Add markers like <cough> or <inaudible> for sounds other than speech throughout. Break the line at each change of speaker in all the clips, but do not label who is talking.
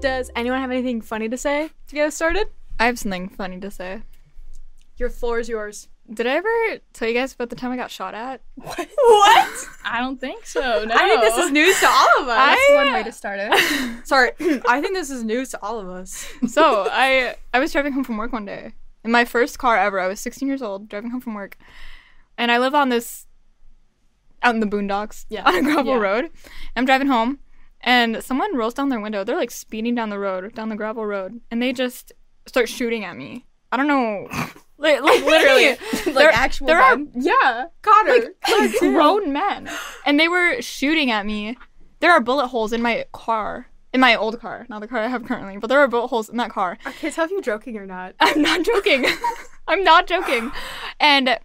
Does anyone have anything funny to say to get us started?
I have something funny to say.
Your floor is yours.
Did I ever tell you guys about the time I got shot at?
What? what?
I don't think so.
<laughs>
No.
I think this is news to all of us.
<laughs> That's one way to start
<laughs>
it.
Sorry, I think this is news to all of <laughs> us.
so I I was driving home from work one day in my first car ever. I was 16 years old, driving home from work, and I live on this out in the boondocks,
Yeah.
on a gravel
Yeah.
road. I'm driving home, and someone rolls down their window. They're like speeding down the road, down the gravel road, and they just start shooting at me. I don't
<laughs>
know, like, like <laughs> literally,
like
There-
actual
there are
men.
yeah,
Connor. <laughs>
like grown men, and they were shooting at me. There are bullet holes in my car, in my old car, not the car I have currently, but there are bullet holes in that car.
I can't tell if you're joking or not.
I'm not joking. <laughs> I'm not joking. And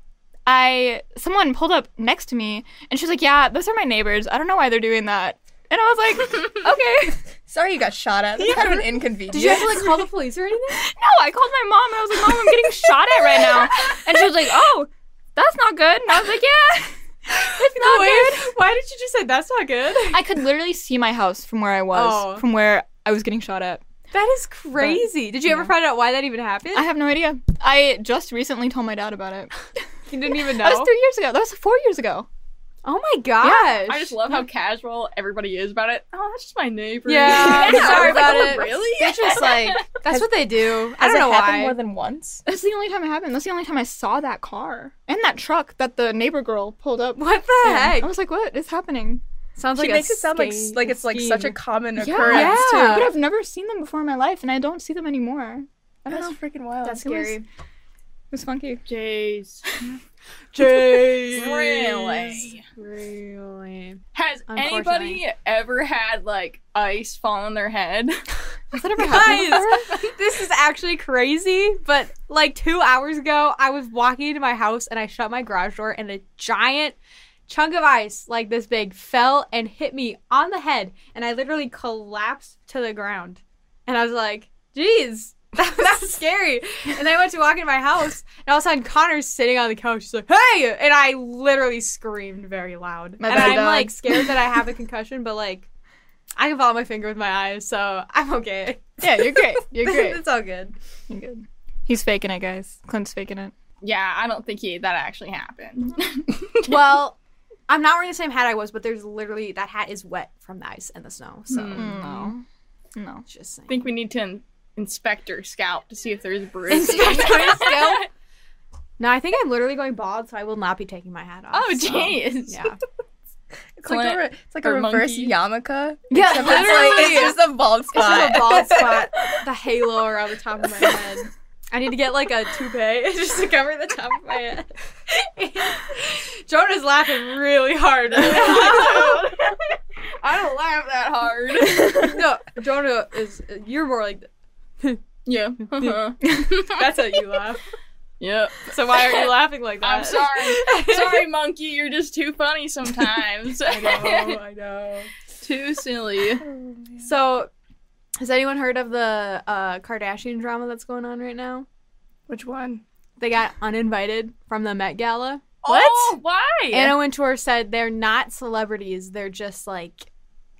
I someone pulled up next to me and she's like, "Yeah, those are my neighbors. I don't know why they're doing that." And I
<laughs>
was like, "Okay."
Sorry you got shot at. That's kind of an inconvenience.
Did you have to like call the police or <laughs> anything?
No, I called my mom and I was like, "Mom, I'm getting shot at right now." And she was like, "Oh, that's not good." And I was like, "Yeah." <laughs> It's not good.
Why did you just say that's not good?
I could literally see my house from where I was,
Oh.
from where I was getting shot at.
<laughs> That is crazy. did you ever find out why that even happened?
I have no idea. I just recently told my dad about it.
<laughs> you didn't even
That was three years ago. That was four
<laughs>
years ago.
oh my gosh.
I just love how casual everybody is about it. Oh, that's just my neighbor. <laughs>
Yeah,
I was
sorry
like,
about
"Oh,
it."
Really?
They're just like <laughs> that's what they do. I don't know why.
than once?
That's the only time it happened. That's the only time I saw that car and that truck that the neighbor girl pulled up.
what the
in.
heck?
I was like, what is happening?
Sounds
She
like
makes
a
it sound like s-
scheme-
like it's like such
scheme.
a common occurrence.
yeah.
too.
But I've never seen them before in my life, and I don't see them anymore. I don't
That's
know. It
freaking wild.
That's
It was-
scary.
was funky.
Jays.
Jeez.
Really?
Really.
Has anybody ever had like ice fall on their head? <laughs>
Has that ever happened?
Guys, <laughs> this is actually crazy, but like two hours ago, I was walking into my house and I shut my garage door, and a giant chunk of ice, like this big, fell and hit me on the head, and I literally collapsed to the ground. And I was like, geez. That, <laughs> that
<laughs>
was scary. And I went to walk into my house, and all of a sudden, Connor's sitting on the couch. He's like, "Hey!" And I literally screamed very loud.
My
and
bad
I'm
dog.
like scared that I have
<laughs>
a concussion, but like, I can follow my finger with my eyes, so I'm okay.
yeah, you're great.
<laughs>
You're great.
it's all
<laughs>
good.
You're good. He's faking it, guys. Clint's faking it.
yeah, I don't think he that actually happened.
Well, I'm not wearing the same hat I was, but there's literally that hat is wet from the ice and the snow. So
Hmm.
Mm.
No. No.
just saying.
I think we need to in- inspect her scalp to see if there's bruises.
Inspect
<laughs>
my scalp. <laughs> No, I think I'm literally going bald, so I will not be taking my hat off.
<laughs> oh,
so,
jeez.
<laughs> Yeah.
It's like a,
Clint
re- it's like a
or
reverse
monkey.
yarmulke.
<laughs> Yeah,
Except it's like
literally.
it's just a bald
It's
spot.
just a bald spot, <laughs> the halo around the top of my head. I need to get like a toupee <laughs> just to cover the top of my head. <laughs> Jonah's laughing really <laughs> hard.
<laughs>
I don't laugh that hard.
<laughs> no, Jonah is. You're more like.
yeah. <laughs> Uh-huh.
<laughs> That's how you laugh. <laughs>
yep.
So why are you laughing like that?
I'm
<laughs>
sorry. sorry, monkey. You're just too funny sometimes.
I know.
too <laughs> silly.
So, has anyone heard of the uh, Kardashian drama that's going on right now?
Which one?
They got uninvited from the Met Gala.
What?
Oh,
Oh, why?
Anna Wintour said they're not celebrities; they're just like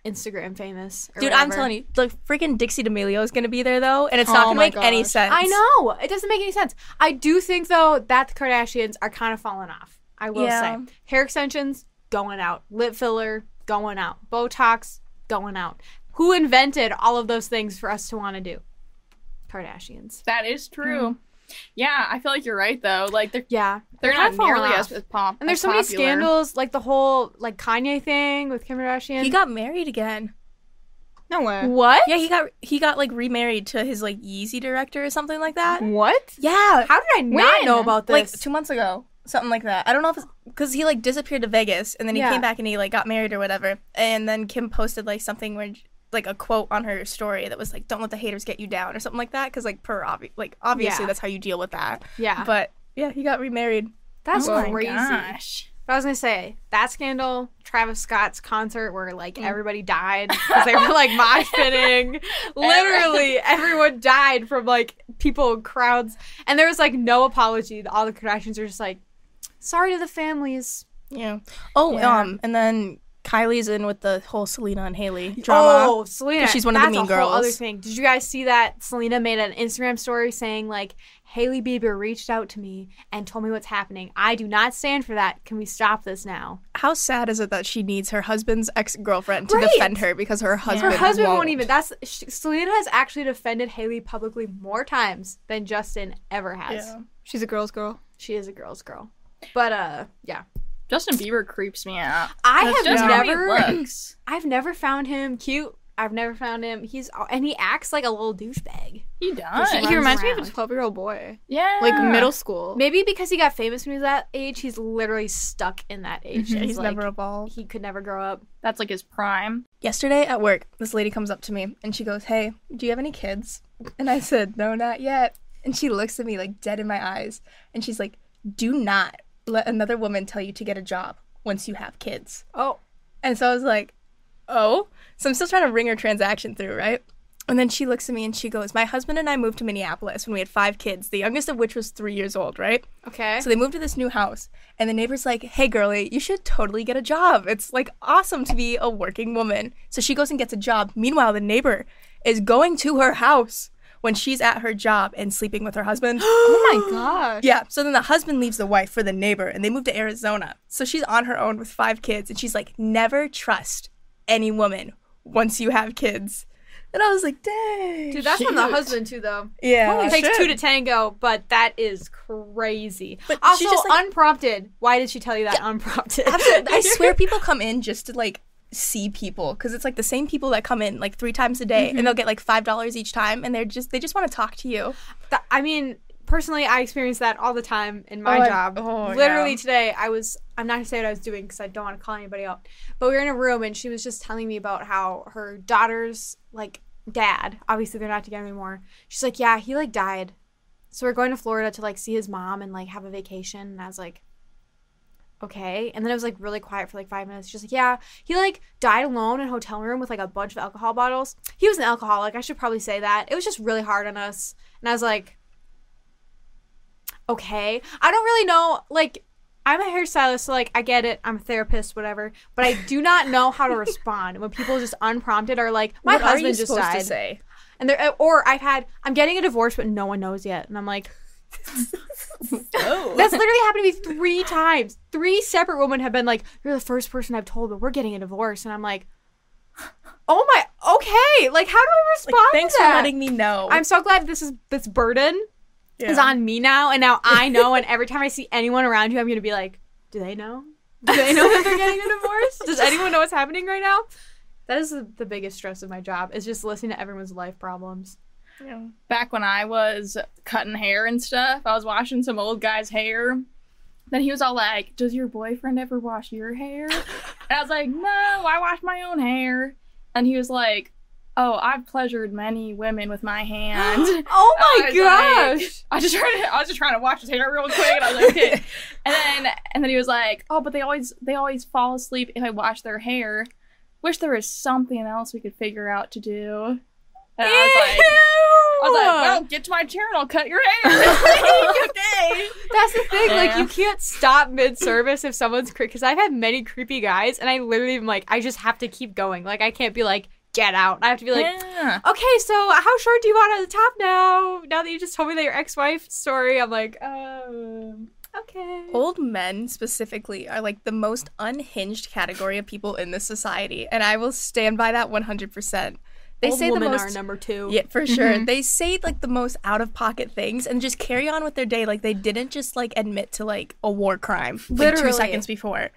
Instagram famous. Or
Dude, I'm telling you, the freaking Dixie D'Amelio is gonna be there though, and it's not
Oh
gonna
my
make any
gosh.
sense.
I know it doesn't make any sense. I do think though that the Kardashians are kind of falling off. I will
Yeah.
say, hair extensions going out, lip filler going out, Botox going out. Who invented all of those things for us to want to do? Kardashians.
That is true. Yeah, I feel like you're right though. Like they're
Yeah,
they're
kinda
not nearly
falling
as, as pop.
And there's
as
so many
popular.
scandals, like the whole like Kanye thing with Kim Kardashian.
He got married again.
No way.
what?
Yeah, he got he got like remarried to his like Yeezy director or something like that.
What?
Yeah,
Mm-hmm. How did I not
When?
know about
like
this?
two months ago, something like that. I don't know if because he like disappeared to Vegas and then he
Yeah.
came back and he like got married or whatever. And then Kim posted like something where like a quote on her story that was like, "Don't let the haters get you down" or something like that. Because like per obvi- like obviously
Yeah.
that's how you deal with that.
yeah,
But yeah, he got remarried.
that's
Oh my
crazy.
gosh.
But I was gonna say that scandal, Travis Scott's concert where like
Mm.
everybody died because they were
<laughs>
like mosh pitting. Literally, everyone died from like people crowds, and there was like no apology. All the Kardashians are just like, sorry to the families.
Yeah. Oh,
Yeah.
um, and then Kylie's in with the whole Selena and Haley drama.
Oh, Selena.
'Cause she's one of the
that's
mean
a whole
girls.
Other thing. Did you guys see that Selena made an Instagram story saying like Haley Bieber reached out to me and told me what's happening. I do not stand for that. Can we stop this now?
How sad is it that she needs her husband's ex girlfriend to
Right.
defend her because her husband
Her husband
won't.
won't even. That's sh Selena has actually defended Haley publicly more times than Justin ever has.
Yeah.
She's a girl's girl.
She is a girl's girl. But uh yeah.
Justin Bieber creeps me out.
I
That's
have
just
never
how
<laughs>
he looks.
I've never found him cute. I've never found him. He's and he acts like a little douchebag.
He does.
He
he
runs
reminds me of
around.
a 12 year old boy.
yeah.
Like middle school.
Maybe because he got famous when he was that age, he's literally stuck in that age. It's
Yeah, Mm-hmm. he's
like,
never evolved.
He could never grow up.
That's like his prime.
Yesterday at work, this lady comes up to me and she goes, Hey, do you have any kids? And I said, No, not yet. And she looks at me like dead in my eyes and she's like, Do not let another woman tell you to get a job once you have kids.
Oh,
And so I was like, oh. So I'm still trying to ring her transaction through, right? And then she looks at me and she goes, My husband and I moved to Minneapolis when we had five kids, the youngest of which was three years old, right?
okay.
So they moved to this new house. And the neighbor's like, Hey, girlie, you should totally get a job. It's like awesome to be a working woman. So she goes and gets a job. Meanwhile, the neighbor is going to her house when she's at her job and sleeping with her husband.
<gasps>
oh my gosh.
Yeah. So then the husband leaves the wife for the neighbor and they move to Arizona. So she's on her own with five kids and she's like, never trust any woman once you have kids. And I was like, dang.
Dude, that's on the husband too, though.
yeah.
it takes two to tango, but that is crazy.
But she
also,
just, like-
unprompted. Why did she tell you that unprompted? <laughs>
Absolutely. I swear people come in just to like see people because it's like the same people that come in like three times a day
Mm-hmm.
and they'll get like five dollars each time and they're just they just want to talk to you.
Th- I mean, personally, I experience that all the time in my
Oh, I-
job.
oh,
Literally
yeah.
today, I was, I'm not going to say what I was doing because I don't want to call anybody out, but we were in a room and she was just telling me about how her daughter's, like, dad, obviously they're not together anymore. She's like, yeah, he, like, died. So we're going to Florida to, like, see his mom and, like, have a vacation. And I was like, okay. And then it was like really quiet for like five minutes. She's like, yeah, he like died alone in a hotel room with like a bunch of alcohol bottles. He was an alcoholic. I should probably say that. It was just really hard on us. And I was like, okay. I don't really know. Like, I'm a hairstylist, so like I get it. I'm a therapist, whatever. But I do not know how
<laughs>
to respond when people just unprompted are like, my
What are you
husband just
supposed
died,
To say?
and they're uh, or I've had I'm getting a divorce, but no one knows yet, and I'm
<laughs>
like.
Oh.
Oh.
That's literally happened to me three times. Three separate women have been like, "You're the first person I've told, but we're getting a divorce," and I'm like, "Oh my, okay. Like, how do I respond
Thanks
to
for
that?
letting me know.
I'm so glad this is this burden
Yeah.
is on me now, and now I know. and every time I
<laughs>
see anyone around you, I'm gonna be like, "Do they know? Do they know that they're getting a divorce?
<laughs>
Does anyone know what's happening right now?" That is the, the biggest stress of my job is just listening to everyone's life problems.
Yeah.
back when I was cutting hair and stuff, I was washing some old guy's hair. Then he was all like, Does your boyfriend ever wash your hair? and I was like, No, I wash my own hair. And he was like, Oh, I've pleasured many women with my hand.
<gasps> Oh my
I was
gosh!
like- I just <laughs> tried to, I was just trying to wash his hair real quick and I was
<laughs>
like, okay. and then and then he was like, Oh, but they always they always fall asleep if I wash their hair. Wish there was something else we could figure out to do. And I was like, I was like, well, get to my chair and I'll cut your
<laughs>
hair. okay.
That's the thing. Like,
Yeah.
you can't stop mid service if someone's creepy. Because I've had many creepy guys, and I literally am like, I just have to keep going. Like, I can't be like, get out. I have to be like,
yeah.
okay, so how short do you want on the top now? Now that you just told me that your ex wife story, I'm like, um, okay.
Old men specifically are like the most unhinged category of people in this society, and I will stand by that 100%. They
Old
say the
women
most
are number Mm-hmm. two.
Yeah, for sure. They say like the most out of pocket things and just carry on with their day like they didn't just like admit to like a war crime like 2
Literally.
seconds before.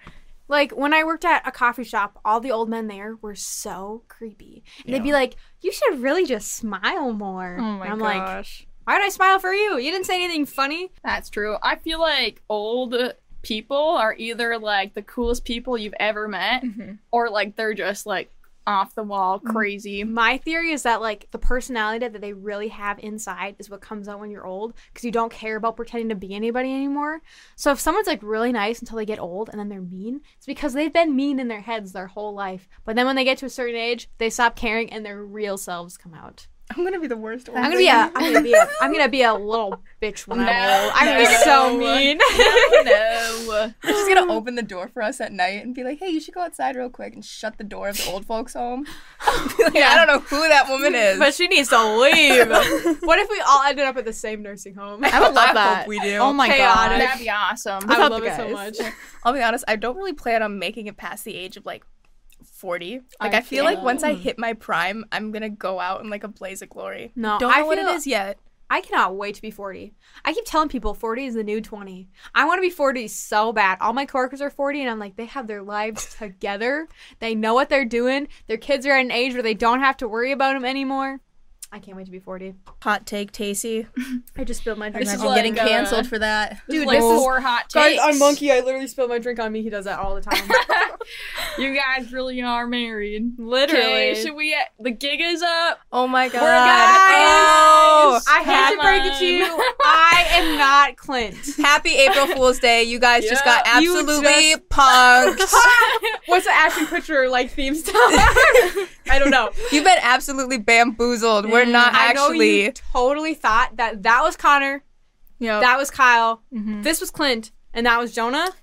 Like when I worked at a coffee shop, all the old men there were so creepy. And they'd be like, "You should really just smile more."
Oh my
and I'm like,
gosh.
"Why would I smile for you? You didn't say anything funny."
That's true. I feel like old people are either like the coolest people you've ever met
Mm-hmm.
or like they're just like off the wall
Mm.
crazy.
My theory is that like the personality that they really have inside is what comes out when you're old because you don't care about pretending to be anybody anymore. So if someone's like really nice until they get old and then they're mean, it's because they've been mean in their heads their whole life. But then when they get to a certain age, they stop caring and their real selves come out.
I'm gonna be the worst.
I'm gonna be a. I'm gonna be a. I'm gonna be a little bitch when I roll. I'm gonna be so
No.
mean.
<laughs>
no.
She's gonna open the door for us at night and be like, "Hey, you should go outside real quick," and shut the door of the old folks' home. <laughs> Like, I don't know who that woman is.
<laughs> but she needs to leave. what if we all ended up at the same nursing home?
I would love that.
hope we do.
Oh my
Chaotic.
god.
That'd be awesome.
I would
Without
love
the
it so much.
guys.
I'll be honest. I don't really plan on making it past the age of like. 40. Like I,
I
feel like
feel-
once I hit my prime, I'm gonna go out in like a blaze of glory.
No,
Don't know
I
what
feel-
it is yet.
I cannot wait to be 40. I keep telling people 40 is the new 20. I want to be 40 so bad. All my coworkers are 40, and I'm like, they have their <laughs> lives together. They know what they're doing. Their kids are at an age where they don't have to worry about them anymore. I can't wait to be 40.
Hot take, Tacy.
I just spilled my drink.
This
on
is
me.
I'm
like,
getting
uh,
canceled for that.
Dude,
Dude,
like
this is-
four hot
Guys,
takes.
on Monkey, I literally spilled my drink on me. He does that all the <laughs> time.
You guys really are married.
literally.
Okay, should we? uh, The gig is up.
Oh my god.
guys.
Oh.
I hate to
Come
break it to you.
on.
I am not <laughs> Clint.
Happy April Fool's Day. You guys just got
Yeah. You
absolutely
just-
<laughs>
punked.
What's the Ashton Kutcher like <laughs> theme song? I don't know.
You've been absolutely bamboozled. We're not
Mm,
I know
actually. Oh.
you totally thought that that was Connor,
Yep.
that was Kyle,
Mhm.
this was Clint, and that was Jonah. Oh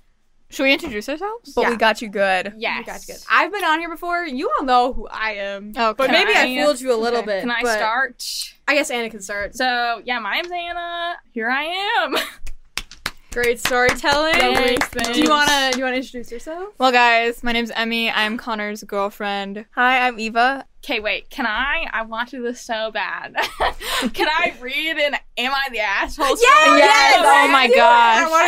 Should we introduce ourselves?
But
Yeah.
we got you good.
You
Yes.
guys good. I've been on here before. You all know who I am.
Oh,
But
can
maybe I,
I-
fooled you a little
okay.
bit.
Can I
but
start?
I guess Anna can start.
So yeah, my name's Anna. Here I am.
<laughs> Great storytelling.
Thanks,
Do you
thanks.
wanna do you wanna introduce yourself?
Well, guys, my name's Emmy. I'm Connor's girlfriend.
Hi, I'm Eva.
Okay, wait. Can I? I want to do this so bad. <laughs> can I read in Am I the Asshole? Yes.
Yes! Oh my
I want
gosh.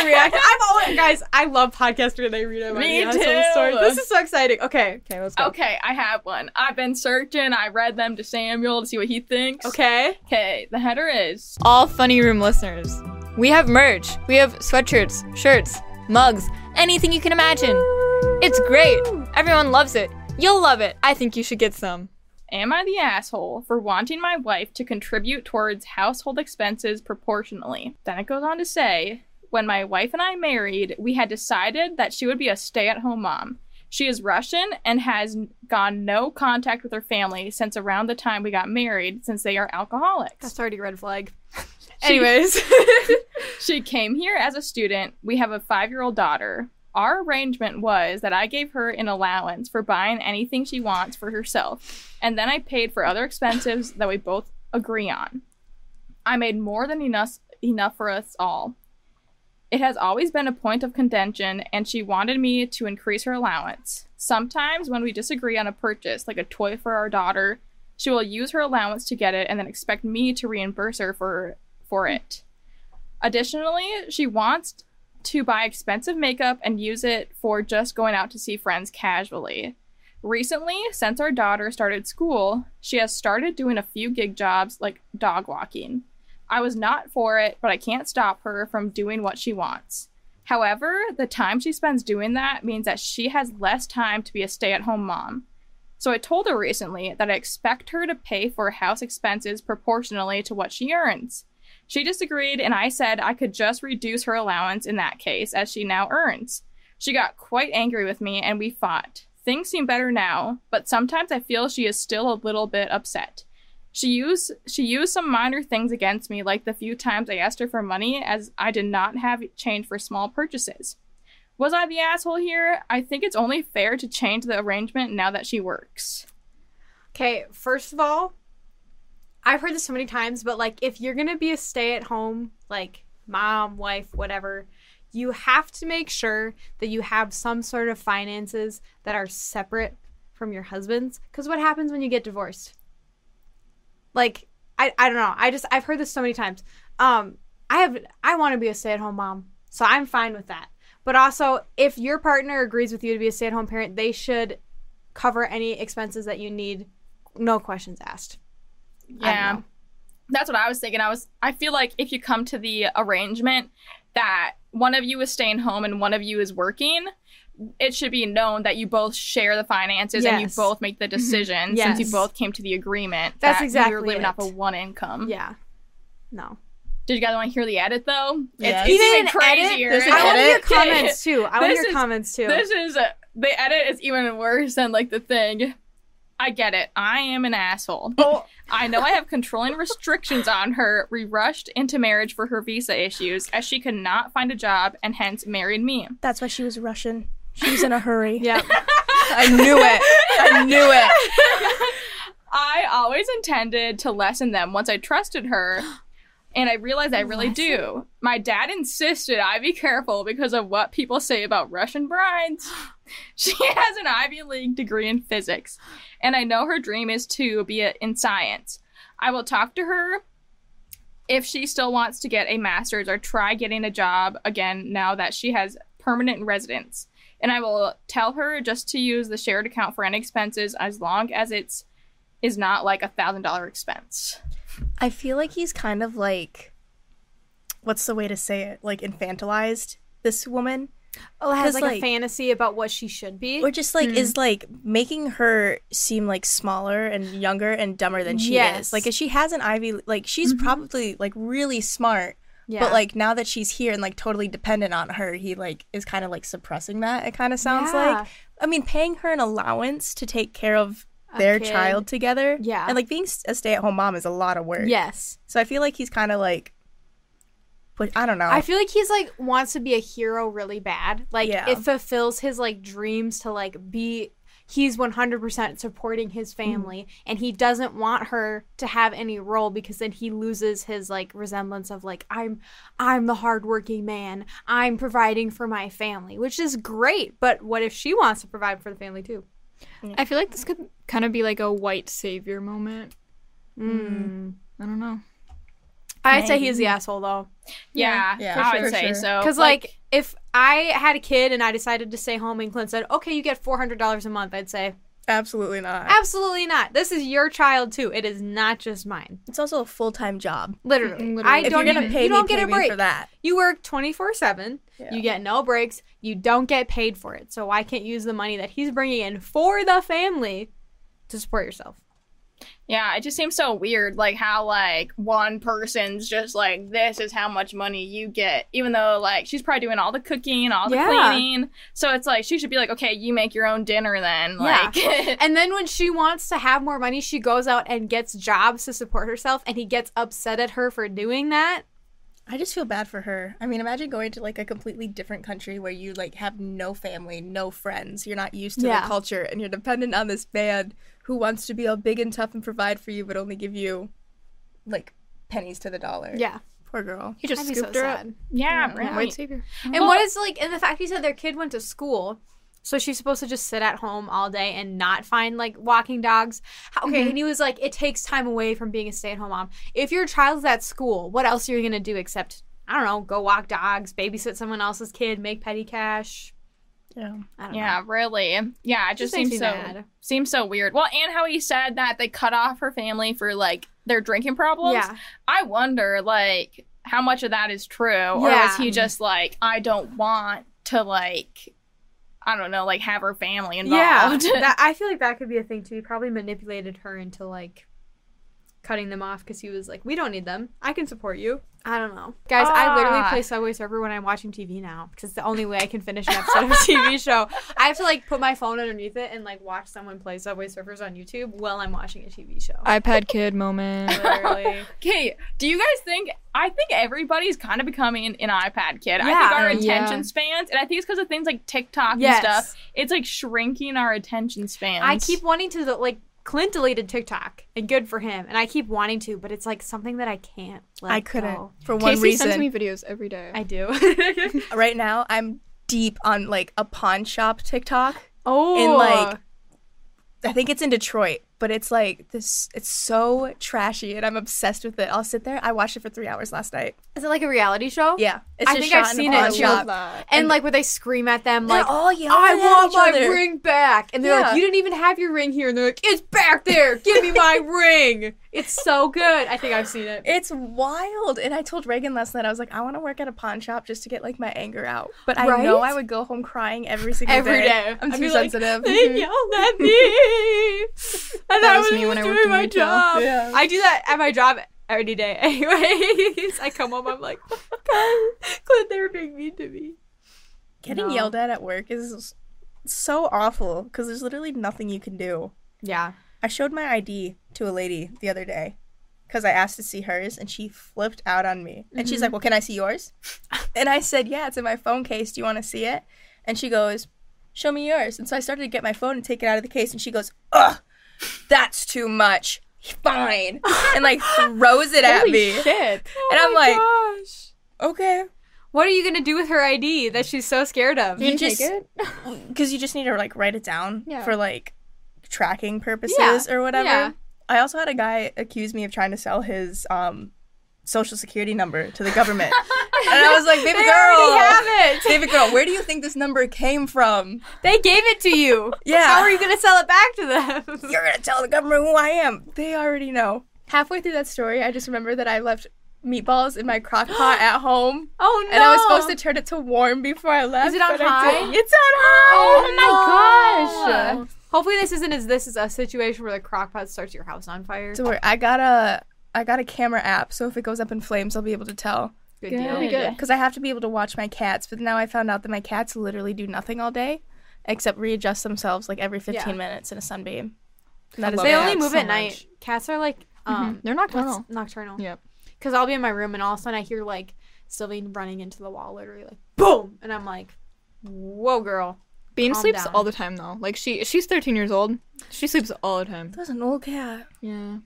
<laughs> to react. I'm always guys. I love podcasts where they read about
Me
the asshole
too.
story. This is so exciting. Okay, Oh, okay, let's go.
Okay, I have one. I've been searching. I read them to Samuel to see what he thinks.
Okay.
Okay, the header is
All Funny Room listeners. We have merch. We have sweatshirts, shirts, mugs, anything you can imagine. It's great. Everyone loves it. You'll love it. I think you should get some.
Am I the asshole for wanting my wife to contribute towards household expenses proportionally? Then it goes on to say, when my wife and I married, we had decided that she would be a stay at home mom. She is Russian and has n- gone no contact with her family since around the time we got married, since they are alcoholics.
That's already a red <laughs> flag. <laughs> Anyways.
She came here as a student. We have a five year old daughter. Our arrangement was that I gave her an allowance for buying anything she wants for herself, and then I paid for other expenses that we both agree on. I made more than enough, enough for us all. It has always been a point of contention, and she wanted me to increase her allowance. Sometimes, when we disagree on a purchase, like a toy for our daughter, she will use her allowance to get it and then expect me to reimburse her for, for it. Additionally, she wants to buy expensive makeup and use it for just going out to see friends casually. Recently, since our daughter started school, she has started doing a few gig jobs like dog walking. I was not for it, but I can't stop her from doing what she wants. However, the time she spends doing that means that she has less time to be a stay at home mom. So I told her recently that I expect her to pay for house expenses proportionally to what she earns. She disagreed, and I said I could just reduce her allowance in that case, as she now earns. She got quite angry with me, and we fought. Things seem better now, but sometimes I feel she is still a little bit upset. She used she used some minor things against me, like the few times I asked her for money, as I did not have change for small purchases. Was I the asshole here? I think it's only fair to change the arrangement now that she works.
Okay, first of all, I've heard this so many times, but like if you're gonna be a stay at home, like mom, wife, whatever, you have to make sure that you have some sort of finances that are separate from your husband's. Because what happens when you get divorced? Like, I, I don't know. I just, I've heard this so many times. Um, I have, I wanna be a stay at home mom, so I'm fine with that. But also, if your partner agrees with you to be a stay at home parent, they should cover any expenses that you need, no questions asked. I don't
Yeah.
know.
That's what I was thinking. I was I feel like if you come to the arrangement that one of you is staying home and one of you is working, it should be known that you both share the finances and you
Yes. Mm-hmm.
both make the decision since
Yes.
you both came to the agreement.
That's
that
exactly
You're living
it.
off of one income.
Yeah. No.
Did you guys want to hear the edit though?
Yes.
It's
You
even
didn't edit?
crazier. <laughs>
There's an
I want to
edit?
hear comments too. I want to
This
hear
is- uh,
comments too.
This is the edit is even worse than like the thing. I get it. I am an asshole. <laughs> I know I have controlling restrictions on her. We rushed into marriage for her visa issues, as she could not find a job and hence married me.
That's why she was Russian. She was in a hurry.
Yeah.
I knew it. I knew it.
I always intended to lessen them once I trusted her, and I realized I really do. My dad insisted I be careful because of what people say about Russian brides. She has an Ivy League degree in physics, and I know her dream is to be a, in science. I will talk to her if she still wants to get a master's or try getting a job again now that she has permanent residence. And I will tell her just to use the shared account for any expenses as long as it's is not like a thousand dollar expense.
I feel like he's kind of like, what's the way to say it? Like infantilized this woman,
<laughs> Oh, has like,
'Cause,
a
like-
fantasy about what she should be.
or just like
Hmm.
is like making her seem like smaller and younger and dumber than she
Yes. Mm-hmm.
is. Like if she has an Ivy, like she's probably like really smart,
yeah.
but like now that she's here and like totally dependent on her, he like is kind of like suppressing that. It kind of sounds
Yeah.
like. I mean, paying her an allowance to take care of
A
their
kid.
child together,
Yeah.
and like being s- a stay-at-home mom is a lot of work.
Yes.
So I feel like he's kind of like, but I don't know.
I feel like he's like wants to be a hero really bad. Like
Yeah.
it fulfills his like dreams to like be he's 100% supporting his family and he doesn't want her to have any role because then he loses his like resemblance of like I'm I'm the hardworking man. I'm providing for my family, which is great, but what if she wants to provide for the family too?
I feel like this could kind of be like a white savior moment.
Mm-hmm.
I don't know.
Mm. I'd say he's the asshole though.
Yeah,
Yeah,
I
for
would
sure.
say
For sure.
so.
Because Oh, like, if I had a kid and I decided to stay home and Clint said, "Okay, you get four hundred dollars a month," I'd say,
Absolutely not.
"Absolutely not. This is your child too. It is not just mine.
It's also a full time job.
Literally,
Mm, literally.
I
If
don't
you're gonna
even.
pay
you
me,
don't
pay
get a
me
break.
for that.
You work twenty four seven. You get no breaks. You don't get paid for it. So I can't use the money that he's bringing in for the family to support yourself.
yeah, it just seems so weird, like how like one person's just like this is how much money you get, even though like she's probably doing all the cooking, all the
Yeah.
cleaning. So it's like she should be like, okay, you make your own dinner then.
Yeah.
Like, <laughs>
<laughs> And then when she wants to have more money, she goes out and gets jobs to support herself, and he gets upset at her for doing that.
I just feel bad for her. I mean, imagine going to like a completely different country where you like have no family, no friends. You're not used to
Yeah.
the culture and you're dependent on this man who wants to be all big and tough and provide for you but only give you like pennies to the dollar.
Yeah,
Poor girl.
He just
I'd be so
scooped her up.
sad.
yeah,
Yeah,
right.
White savior.
And what is like, and the fact he said their kid went to school, so she's supposed to just sit at home all day and not find like walking dogs. How- Okay, and he was like, it takes time away from being a stay at home mom. If your child's at school, what else are you gonna do except I don't know, go walk dogs, babysit someone else's kid, make petty cash.
Yeah.
I don't know.
Yeah, really. Yeah, it
Just
just,
makes
seems
me
so
mad.
seems so weird. Well, and how he said that they cut off her family for like their drinking problems.
Yeah,
I wonder like how much of that is true, or
Yeah.
is he just like I don't want to like I don't know like have her family
<laughs>
involved?
yeah. <laughs> that, I feel like that could be a thing too. He probably manipulated her into like cutting them off because he was like, "We don't need them. I can support you." I don't know, guys. I literally
Ah.
play Subway Surfer when I'm watching TV now because it's the only way I can finish an episode of a
<laughs>
TV show. I have to like put my phone underneath it and like watch someone play Subway Surfers on YouTube while I'm watching a TV show.
iPad kid <laughs> moment.
<laughs>
Literally.
Okay, do you guys think? I think everybody's kind of becoming an iPad kid. I
Yeah.
think our
Yeah.
attention spans, and I think it's because of things like TikTok
Yes.
and stuff. It's like shrinking our attention spans.
I keep wanting to like. Clint deleted TikTok, and good for him. And I keep wanting to, but it's like something that I can't. Let
I couldn't
go.
for one
Casey
reason.
sends me videos every day.
I do. <laughs>
right now I'm deep on like a pawn shop TikTok.
oh,
in like I think it's in Detroit, but it's like this it's so trashy and I'm obsessed with it. I'll sit there. I watched it for 3 hours last night.
Is it like a reality show?
Yeah. It's
I
just
think I've
shot in a
seen it.
pawn
I
shop.
love And, like where they scream at them
They're
like
all yelling
I
at
want
each
my
other.
ring back. And they're
Yeah.
like, You didn't even have your ring here and they're like, It's back there, give me my ring. It's so good. I think I've seen it.
It's wild. And I told Reagan last night, I was like, I want to work at a pawn shop just to get like my anger out. But
Right?
I know I would go home crying every single
Every day.
I'm
I'd
too
be like,
<laughs> sensitive. Mm-hmm.
They yelled at me. and
That
I
was
was
me when I worked
doing
in
my
retail.
job.
Yeah.
I do that at my job every day <laughs> anyways. I come home, I'm like, <laughs> God, Clint, they were being mean to me.
Getting
No.
yelled at at work is so awful because there's literally nothing you can do.
Yeah.
I showed my ID to a lady the other day because I asked to see hers and she flipped out on me. And
Mm-hmm.
she's like, Well, can I
<laughs>
see yours? and I said, Yeah, it's in my phone case. Do you want to see it? And she goes, Show me yours. And so I started to get my phone and take it out of the case. And she goes, Ugh, that's too much. Fine. and like throws it
<laughs>
at
Holy
me.
shit. Oh
and I'm like,
Gosh.
Okay.
What are you gonna do with her ID that she's so scared of?
You
You
just-
take it?
because you just need to like write it down
Yeah.
for like tracking purposes or whatever.
yeah.
I also had a guy accuse me of trying to sell his um social security number to the <laughs> government, and I was like, "Baby
They
girl,
have it.
<laughs> baby girl, where do you think this number came from?
They gave it to you.
Yeah.
<laughs> How are you gonna sell it back to them?
You're gonna tell the government who I am. They already know." Halfway through that story, I just remember that I left meatballs in my crock <gasps> pot at home,
Oh no.
and I was supposed to turn it to warm before I left.
it on
but I didn't.
high?
It's on high.
Oh
my
no. Hopefully this isn't as this is a situation where the crockpot starts your house on fire.
Don't worry, I got a I got a camera app, so if it goes up in flames, I'll be able to tell.
Good
Good.
deal.
That'd be good.
Because I have to be able to watch my cats, but now I found out that my cats literally do nothing all day, except readjust themselves like every 15
Yeah.
minutes in a sunbeam. And that is
They
my
only
cats
move
so
at night.
much.
Cats are like um
They're
what's-
nocturnal.
nocturnal.
Yep.
Because I'll be in my room and all of a sudden I hear like Sylvain running into the wall, literally like boom, and I'm like, whoa, girl.
Bean
Calm
sleeps
down.
all the time though. Like she she's 13 years old. She sleeps all the time.
That was an old cat.
Yeah.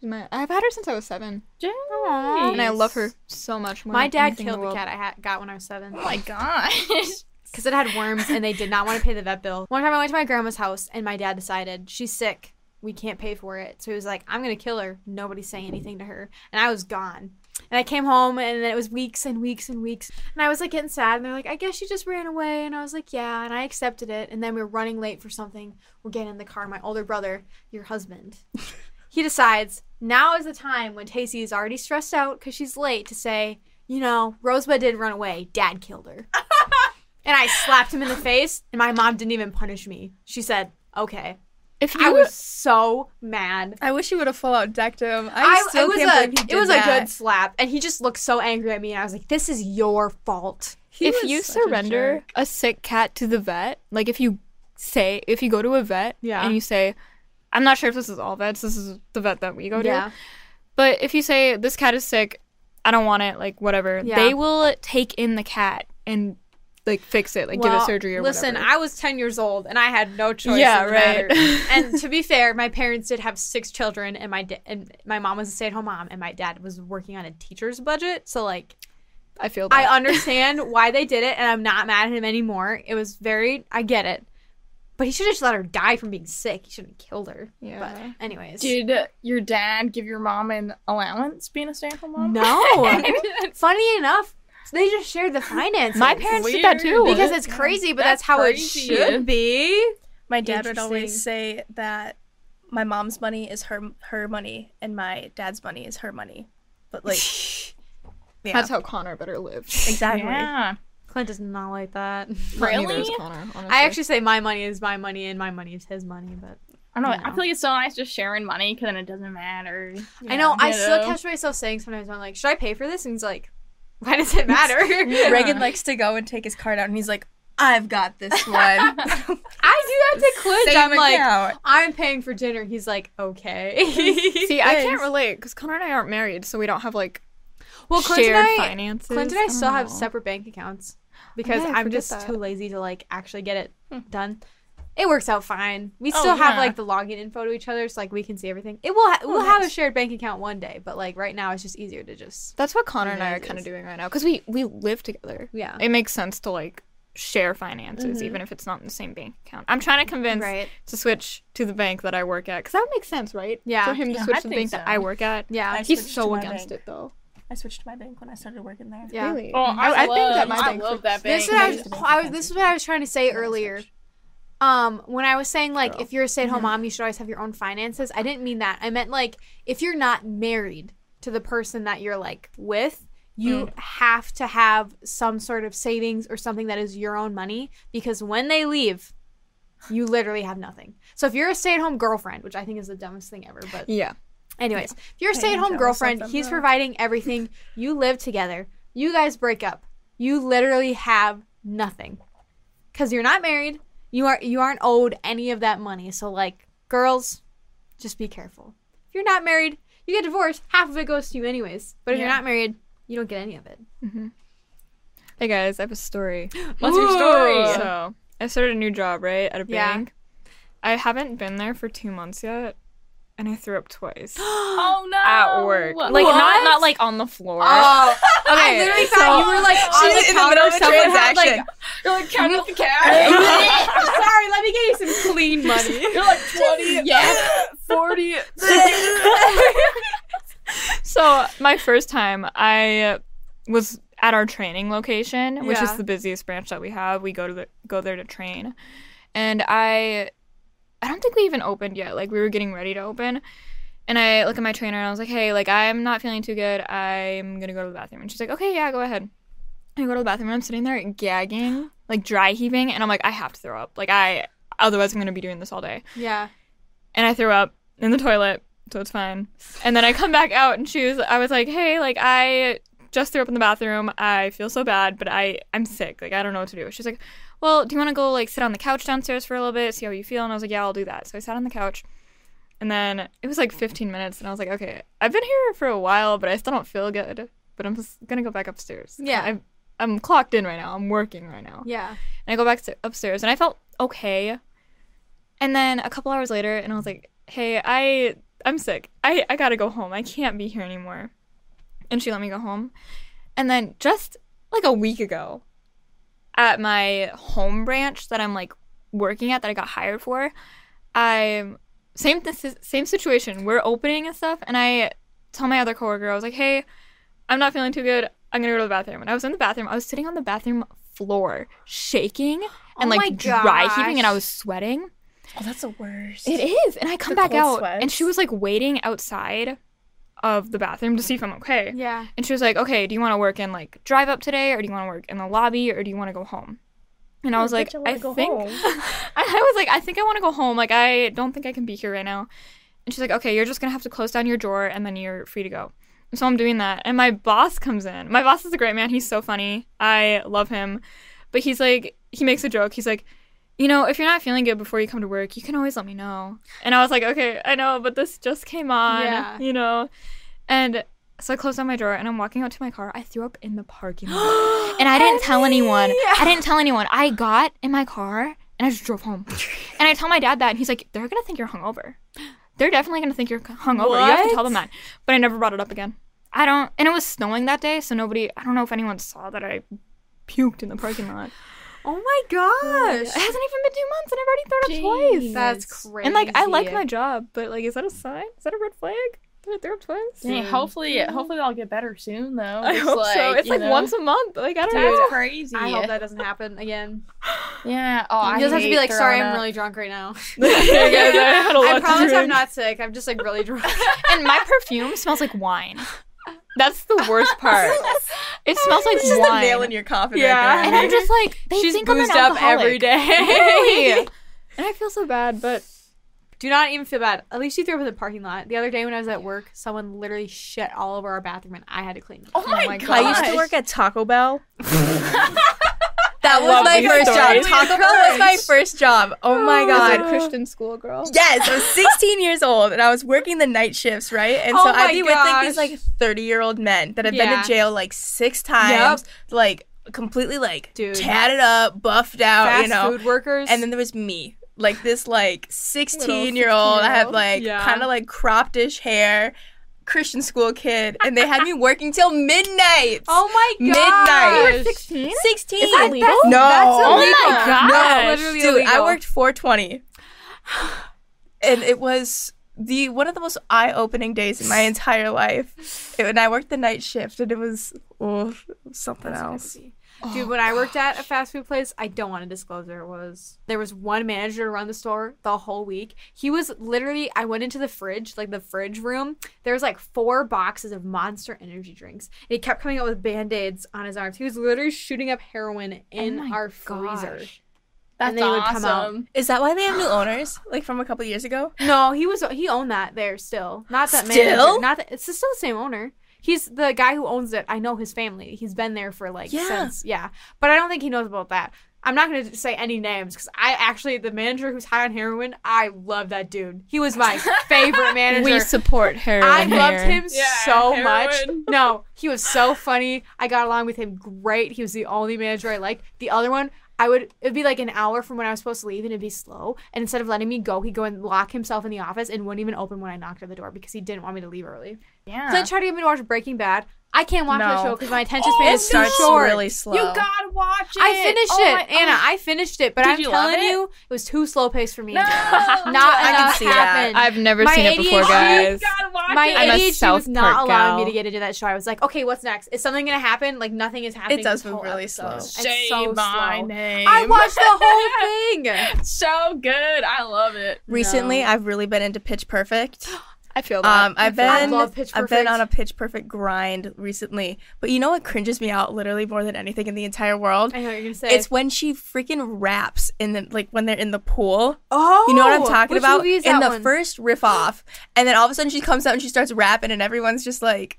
She's my- I've had her since I was seven,
oh
Aww.
and I love her so much. more
My
than
dad
anything in
killed the,
world.
cat I had, got when I was seven
Oh my gosh. <laughs>
because it had worms and they did not want to pay the vet bill. One time I went to my grandma's house and my dad decided she's sick. We can't pay for it. So he was like, I'm going to kill her. Nobody's saying anything to her. And I was gone. And I came home and then it was weeks and weeks and weeks. And I was like getting sad. And they're like, I guess she just ran away. And I was like, yeah. And I accepted it. And then we were running late for something. We're getting in the car. My older brother, your husband, he decides now is the time when Tacey is already stressed out because she's late to say, you know, Rosebud didn't run away. Dad killed her. and I slapped him in the face, and my mom didn't even punish me. She said, okay.
If
I
you
was so mad.
I wish you would have full out decked him. I,
I,
still
it was
can't
a
believe he did
it was a
that.
good slap, and he just looked so angry at me, and I was like, "This is your fault."
He
if
was
you
such a
surrender
jerk.
a, sick cat to the vet, like if you say if you go to a vet
Yeah.
and you say, I'm not sure if this is all vets, this is the vet that we go to.
Yeah.
But if you say this cat is sick, I don't want it, like whatever,
Yeah.
they will take in the cat and like fix it, like give
Well,
it surgery or
listen,
whatever.
I was ten years old, and I had no choice.
Yeah,
in the
right.
matter. and to be fair, my parents did have six children, and my da- and my mom was a stay at home mom, and my dad was working on a teacher's budget, so like
I feel
I
that.
understand why they did it, and I'm not mad at him anymore. It was very, I get it, but he should have just let her die from being sick. He shouldn't have killed her.
Yeah.
But anyways,
Did your dad give your mom an allowance being a stay-at-home mom?
no. Funny enough, they just shared the finances.
My parents did that too.
because it's crazy, but that's,
That's
how
crazy.
it should be.
My dad would always
Interesting.
say that my mom's money is her her money and my dad's money is her money. But <laughs> like yeah,
that's how Connor better lived.
exactly.
Yeah.
Clint does not like that.
Not neither is
Really?
Connor, honestly.
I actually say my money is my money and my money is his money, but
I don't know.
No.
I feel like it's so nice just sharing money because then it doesn't matter.
I know I still
Ditto.
catch myself saying sometimes I'm like, should I pay for this? And he's like, why does it <laughs> matter?
<laughs> Reagan likes to go and take his card out, and he's like, "I've got <laughs> this one."
I do that to Clint.
Same
I'm like,
account.
I'm paying for dinner. He's like, okay.
<laughs> See, I
Yes.
can't relate because Connor and I aren't married, so we don't have like
well, Clint
shared
and I,
finances. Oh.
Clint and I still have
separate.
separate bank accounts because
Yeah, I
I'm
forget
just
that. Hmm.
too lazy to like actually get it done. It works out fine. We
Oh,
still have
yeah.
like the login info to each other, so like we can see everything. It will ha-
Oh,
we'll have a shared bank account one day, but like right now it's just easier to just
That's what Connor and I are
Finances.
kind of doing right now because we we live together.
yeah. Mm-hmm.
It makes sense to like share finances even if it's not in the same bank account. I'm trying to convince
Right.
to switch to the bank that I work at because that makes sense, right?
Yeah.
for him to
Yeah,
switch
I
to the bank
think
that
so.
I work at.
Yeah.
I
He's
switched
so
to my
against
bank.
it though.
I switched to my bank when I started working there.
Yeah.
Really?
Oh, I,
I
love,
think that my
I
bank
love
switch-
that
This
bank.
is what I was, <laughs>
Thanks.
I was. This is what I was trying to say earlier. Um, when I was saying like, if you're a stay-at-home mom, you should always have your own finances. I didn't mean that. I meant like, if you're not married to the person that you're like with, you have to have some sort of savings or something that is your own money because when they leave, you literally have nothing. So if you're a stay-at-home girlfriend, which I think is the dumbest thing ever, but
Yeah.
Anyways, if you're a
I am
stay at home
jealous
girlfriend,
of them,
he's
though.
providing <laughs> everything. you live together. You guys break up. You literally have nothing. Cause you're not married. You are you aren't owed any of that money. So like girls, just be careful. If you're not married, you get divorced, half of it goes to you anyways. But if you're
Yeah.
not married, you don't get any of it.
Hey guys, I have a story.
<gasps> What's your story?
So I started a new job, right, at a
Yeah.
bank. I haven't been there for two months yet, and I threw
<gasps>
up twice
Oh no!
at work. Like
What?
not not like on the floor.
Oh, I
Okay,
literally thought you were like on
She's
the
in the
counter.
middle of a
someone had, like,
transaction.
You're <laughs> like counting up
<laughs>
the cash. <laughs>
Sorry, let me get you some clean money.
You're like
<laughs>
twenty. Yeah, forty.
So my first time, I was at our training location, which
Yeah.
is the busiest branch that we have. We go to the, go there to train, and I, I don't think we even opened yet. Like we were getting ready to open, and I look at my trainer and I was like, "Hey, like I'm not feeling too good. I'm gonna go to the bathroom." And she's like, "Okay, yeah, go ahead." I go to the bathroom and I'm sitting there gagging, like dry heaving, and I'm like, "I have to throw up. Like I, otherwise I'm gonna be doing this all day."
<laughs> Yeah.
and I threw up in the toilet, so it's fine. And then I come back out and she was I was like, "Hey, like I just threw up in the bathroom. I feel so bad, but I I'm sick. Like I don't know what to do." She's like, "Well, do you want to go like sit on the couch downstairs for a little bit, see how you feel?" And I was like, "Yeah, I'll do that." So I sat on the couch. And then it was like 15 minutes and I was like, "Okay, I've been here for a while, but I still don't feel good. But I'm just going to go back upstairs."
Yeah.
I I'm clocked in right now. I'm working right now.
Yeah.
And I go back to upstairs and I felt okay. And then a couple hours later and I was like, Hey, I I'm sick. I, I gotta go home. I can't be here anymore. And she let me go home. And then just like a week ago, at my home branch that I'm like working at that I got hired for, I'm same this is, same situation. We're opening and stuff, and I tell my other coworker, I was like, "Hey, I'm not feeling too good. I'm gonna go to the bathroom." And I was in the bathroom. I was sitting on the bathroom floor, shaking and
Oh my
like dry
gosh.
heaving, and I was sweating.
Oh, that's the worst.
It is, and I come back
cold
out, and she
sweats.
was like waiting outside of the bathroom to see if I'm okay.
Yeah.
And she was like, "Okay, do you want to work in like drive up today, or do you want to work in the lobby, or do you want to go home?" And I was like, "I, think <laughs> I was like, I think I want to go home. Like, I don't think I can be here right now." And she's like, "Okay, you're just gonna have to close down your drawer, and then you're free to go." And so I'm doing that, and my boss comes in. My boss is a great man. He's so funny. I love him, but he's like, he makes a joke. He's like. You know, if you're not feeling good before you come to work, you can always let me know. And I was like, okay, I know, but this just came on,
Yeah.
you know. And so I closed down my drawer and I'm walking out to my car. I threw up in the parking lot. and I didn't tell anyone. I didn't tell anyone. I got in my car and I just drove <laughs> home. and I tell my dad that and he's like, they're going to think you're hungover. They're definitely going to think you're hungover. You have to tell them that. But I never brought it up again. I don't, and it was snowing that day, so nobody, I don't know if anyone saw that I puked in the parking <laughs> lot.
Oh my
it
gosh.
hasn't even been two months and I've already thrown up twice.
That's crazy.
And like, I like my job, but like, is that a sign? Is that a red flag? Did I throw up twice?
Yeah, hopefully, hopefully they'll get better soon though.
<laughs> I hope so. It's
you
like
know,
once a month. Like I don't know.
That's crazy.
I hope that doesn't happen again.
Yeah. Oh, I
you just have to be
hate
like, sorry,
throwing
I'm
up.
really drunk right now.
Yeah, guys, <laughs> I had
<laughs>
a lot
I
to
promise I'm
drink.
not sick. I'm just like really <laughs> drunk.
And my perfume smells like wine. That's the worst part. It smells like
It's just a
wine.
nail in your coffin.
Yeah.
Right
and
there. <laughs>
I'm just like, they
She's
think I'm an
boozed up every
alcoholic.
day.
<laughs> Really. and I feel so bad, but
<laughs> Do not even feel bad. At least you threw up in the parking lot. The other day when I was at work, someone literally shit all over our bathroom and <laughs> I had to clean it.
Oh my,
my
god.
God.
I used to work at Taco Bell.
I
<laughs> that was
love
my
these
first
stories.
job. Taco Bell was my first job. Oh my
I was a
god.
Christian schoolgirl.
Yes, I was
<laughs>
16 years old and I was working the night shifts, right? And so
Oh my
I'd be with like these
gosh.
like 30 year old men that had been
Yeah.
to jail like six times, like completely like
Dude.
tatted up, buffed out,
Fast
you know.
food workers.
And then there was me, like this like 16 year old. I had
16-year-old.
like
Yeah.
kind of like cropped-ish hair, Christian school kid, and they had me working till midnight.
oh my
Midnight.
god.
You were
16?
16.
Is that legal?
No.
Oh my
Oh my
God.
god.
That's
No,
literally
dude, I
illegal.
worked 420, and it was the one of the most eye-opening days in my entire life. It, and I worked the night shift, and it was oh, something else.
Dude, when I worked at a fast food place, I don't want to disclose where it was. There was one manager to run the store the whole week. He was literally, I went into the fridge, like the fridge room. There was like four boxes of Monster Energy drinks, and he kept coming out with band aids on his arms. He was literally shooting up heroin in
my
our freezer.
gosh.
That's
and they would
awesome.
come out.
Is that why they have new owners, like from a couple years ago?
No, he was he owned that there still. Not that
Still?
manager. Not that, it's still the same owner. He's the guy who owns it. I know his family. He's been there for like
Yeah.
since yeah. But I don't think he knows about that. I'm not going to say any names because I actually, the manager who's high on heroin, I love that dude. He was
<laughs>
my favorite manager.
We support heroin.
I loved
here.
him
Yeah,
so
heroin.
much. <laughs> No, he was so funny. I got along with him great. He was the only manager I liked. The other one, I would it would be like an hour from when I was supposed to leave and it'd be slow. And instead of letting me go, he'd go and lock himself in the office and wouldn't even open when I knocked at the door because he didn't want me to leave early. So
Yeah.
they tried to get me to watch Breaking Bad. I can't watch that
No.
show because my attention
Oh,
span
It
is so
starts
short.
really slow.
You gotta watch it.
I finished
Oh my-
it, Anna. I finished it, but
Did
I'm
you love
telling
it?
you, it was too slow paced for me.
No.
Not
<laughs> I
can
enough
see that.
happened.
I've never
My
seen it before,
ADHD
Oh,
guys.
you gotta watch
My
it.
I'm a
ADHD was
South
not
Park
allowing me
gal.
to get into that show. I was like, okay, what's next? Is something gonna happen? Like nothing is happening.
It does
this
move
whole
really
episode.
slow.
It's so slow.
name.
I watched the
<laughs>
whole thing.
so good. I love it.
Recently,
No.
I've really been into Pitch Perfect.
I feel that.
Um, I've
I
been
love Pitch
I've been
Perfect.
on a Pitch Perfect grind recently, but you know what cringes me out literally more than anything in the entire world?
I know what you're gonna say.
It's when she freaking raps in the like when they're in the pool.
oh,
You know what I'm talking
which
about?
Movie is
in
that
the
one?
first riff off, and then all of a sudden she comes out and she starts rapping, and everyone's just like,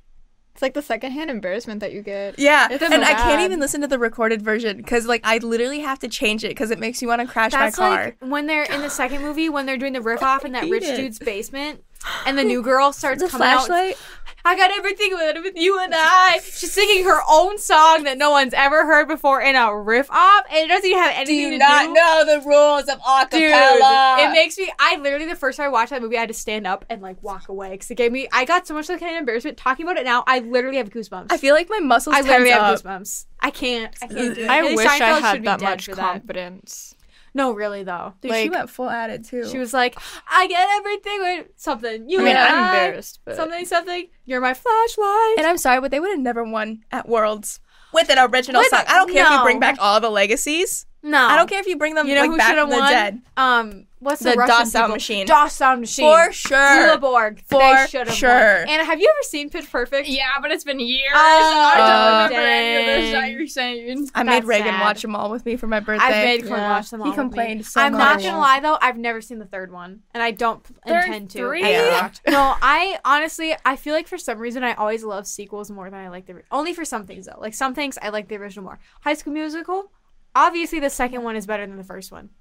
it's like the secondhand embarrassment that you get.
"Yeah."
It's
and I
bad.
can't even listen to the recorded version because like I literally have to change it because it makes me want to crash
That's
my car.
like when they're in the second movie when they're doing the riff off in that
hate
rich
it.
dude's basement, and
<gasps>
the new girl starts
the
coming out.
flashlight.
I got everything with with you and I. She's singing her own song that no one's ever heard before in a riff off, and it doesn't even have anything to do.
know the rules of
Dude, it makes me. I literally the first time I watched that movie, I had to stand up and like walk away because it gave me. I got so much like an embarrassment talking about it now. I literally have goosebumps.
I feel like my muscles.
I literally
tense up.
have goosebumps. I can't. I can't. Do it.
I
Haley
wish I
Steinfeld should
had
be
that
dead
much
for that.
confidence.
No, really though.
Dude, she
Like-
went full at it too.
She was like, I get everything with something. You
I mean,
and
I'm
I,
embarrassed, but
Something, something. You're my flashlight.
and I'm sorry, but they would have never won at Worlds with an original
With-
song. I don't care if
no.
you bring back all the legacies.
no,
I don't care if you bring them
You know
like
who
back
should have
from the
won?
dead.
Um, what's the,
The
Russian
DOS sound
people?
machine.
DOS sound machine.
For sure.
Borg.
For
they should have
sure.
Won. Anna, have you ever seen Pitch Perfect?
Yeah, but it's been years.
Oh,
I don't remember any of
dang.
this that you're saying.
I
That's
made Reagan
sad.
watch them all with me for my birthday.
I've made Quinn
Yeah.
watch them all.
He
with me.
complained so
I'm not
much.
gonna lie though, I've never seen the third one, and I don't p-
There's
intend to.
three?
Yeah.
<laughs>
no, I honestly, I feel like for some reason I always love sequels more than I like the only for some things though. Like some things I like the original more. High School Musical, obviously the second one is better than the first one.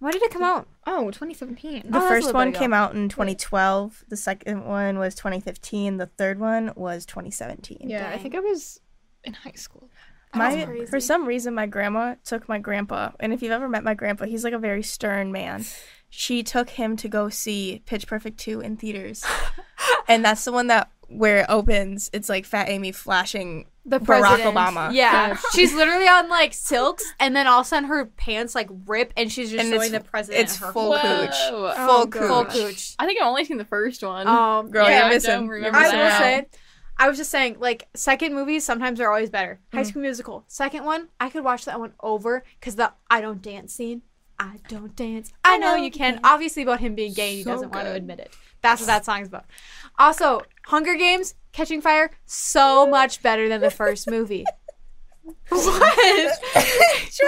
When did it come out?
oh, 2017.
Oh,
The
that's a
first
little
one
bit
came out in 2012. The second one was 2015. The third one was 2017.
Yeah, I
Dang.
think I was in high school.
My,
crazy.
for some reason, my grandma took my grandpa, and if you've ever met my grandpa, he's like a very stern man. She took him to go see Pitch Perfect 2
<laughs>
in theaters. and that's the one that where it opens, it's like Fat Amy flashing
The
Barack
president.
Obama.
Yeah, she's literally on like silks, and then all of a sudden her pants like rip, and she's just
And
showing
it's-
the president.
it's
her
full
whole-
cooch.
Whoa.
Oh,
full
God.
full
cooch.
cooch.
I think I've only seen the first one.
Um,
Girl,
Yeah, I
you're missing.
don't
You're
remember
I
missing
will
out.
say, I was just saying, like second movies sometimes are always better. High School Musical, second one, I could watch that one over because the I don't dance scene. I don't dance. I know you can. Obviously, about him being gay, and he
So
doesn't want to
good.
admit it. That's what that song's about. Also, Hunger Games, Catching Fire, so much better than the first movie. what?
Troy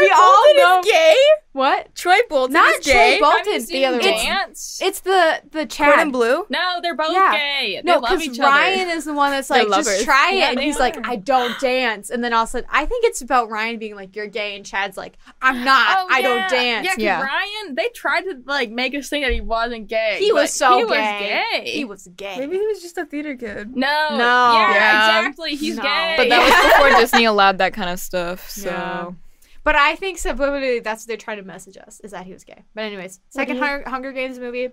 We all
Bolton
know-
is gay.
What?
Troy Bolton
Not
is gay.
Troy Bolton.
Have you
the
seen
other one.
dance?
It's the the
Red
Chad.
and blue.
no, they're both
Yeah.
gay. They
No,
love
because
each
Ryan
other.
is the one that's
They're
like, just
lovers.
try it,
Yeah,
and
they
he's like,
are.
I don't dance, and then all of a sudden, I think it's about Ryan being like, you're gay, and Chad's like,
<gasps>
I'm not,
Oh,
I
yeah.
don't dance.
Yeah, 'cause
Yeah.
Ryan, they tried to like make us think that he wasn't gay.
He was
but
so
he
gay.
Was gay.
He was gay.
Maybe he was just a theater kid.
no,
No.
yeah,
Yeah.
exactly. He's
No.
gay.
But that was before Disney allowed that kind of stuff. So
Yeah. But I think subliminally, that's what they're trying to message us is that he was gay. But anyways, second Hunger, Hunger Games movie.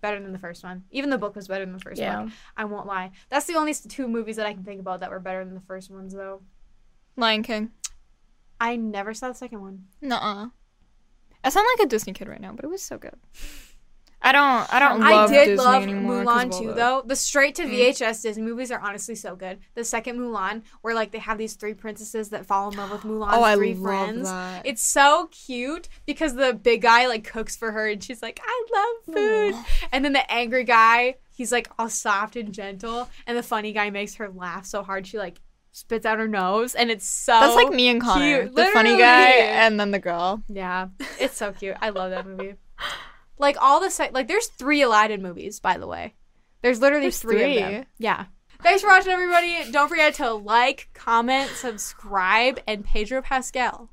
Better than the first one. Even the book was better than the first
Yeah.
one. I won't lie. That's the only s- two movies that I can think about that were better than the first ones, though.
Lion King.
I never saw the second one.
Nuh-uh. I sound like a Disney kid right now, but it was so good. I don't. I don't.
I
love
did
Disney
love
anymore 'cause of
Mulan
all Mm.
too,
the-
though. The straight to VHS Disney movies are honestly so good. The second Mulan, where like they have these three princesses that fall in love with Mulan's
Oh, I
three
love
friends.
that.
It's so cute because the big guy like cooks for her, and she's like, "I love food," and then the angry guy, he's like all soft and gentle, and the funny guy makes her laugh so hard she like spits out her nose, and it's so
That's like me and Connor,
cute.
the funny
Oh, Literally.
guy, and then the girl.
<laughs> Yeah, it's so cute. I love that movie. Like all the si- like, there's three Aladdin movies, by the way. There's literally
There's
three,
three.
of them. Yeah. Thanks for watching, everybody. Don't forget to like, comment, subscribe, and Pedro Pascal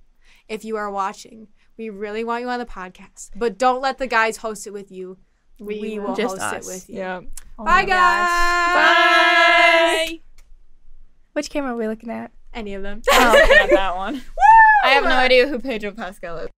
if you are watching, we really want you on the podcast, but don't let the guys host it with you. We, will
Just
host
us.
it with you.
Yeah.
Bye, guys. Oh Bye. <laughs>
Which camera are we looking at?
Any of them.
Not that one. I have no idea who Pedro Pascal is.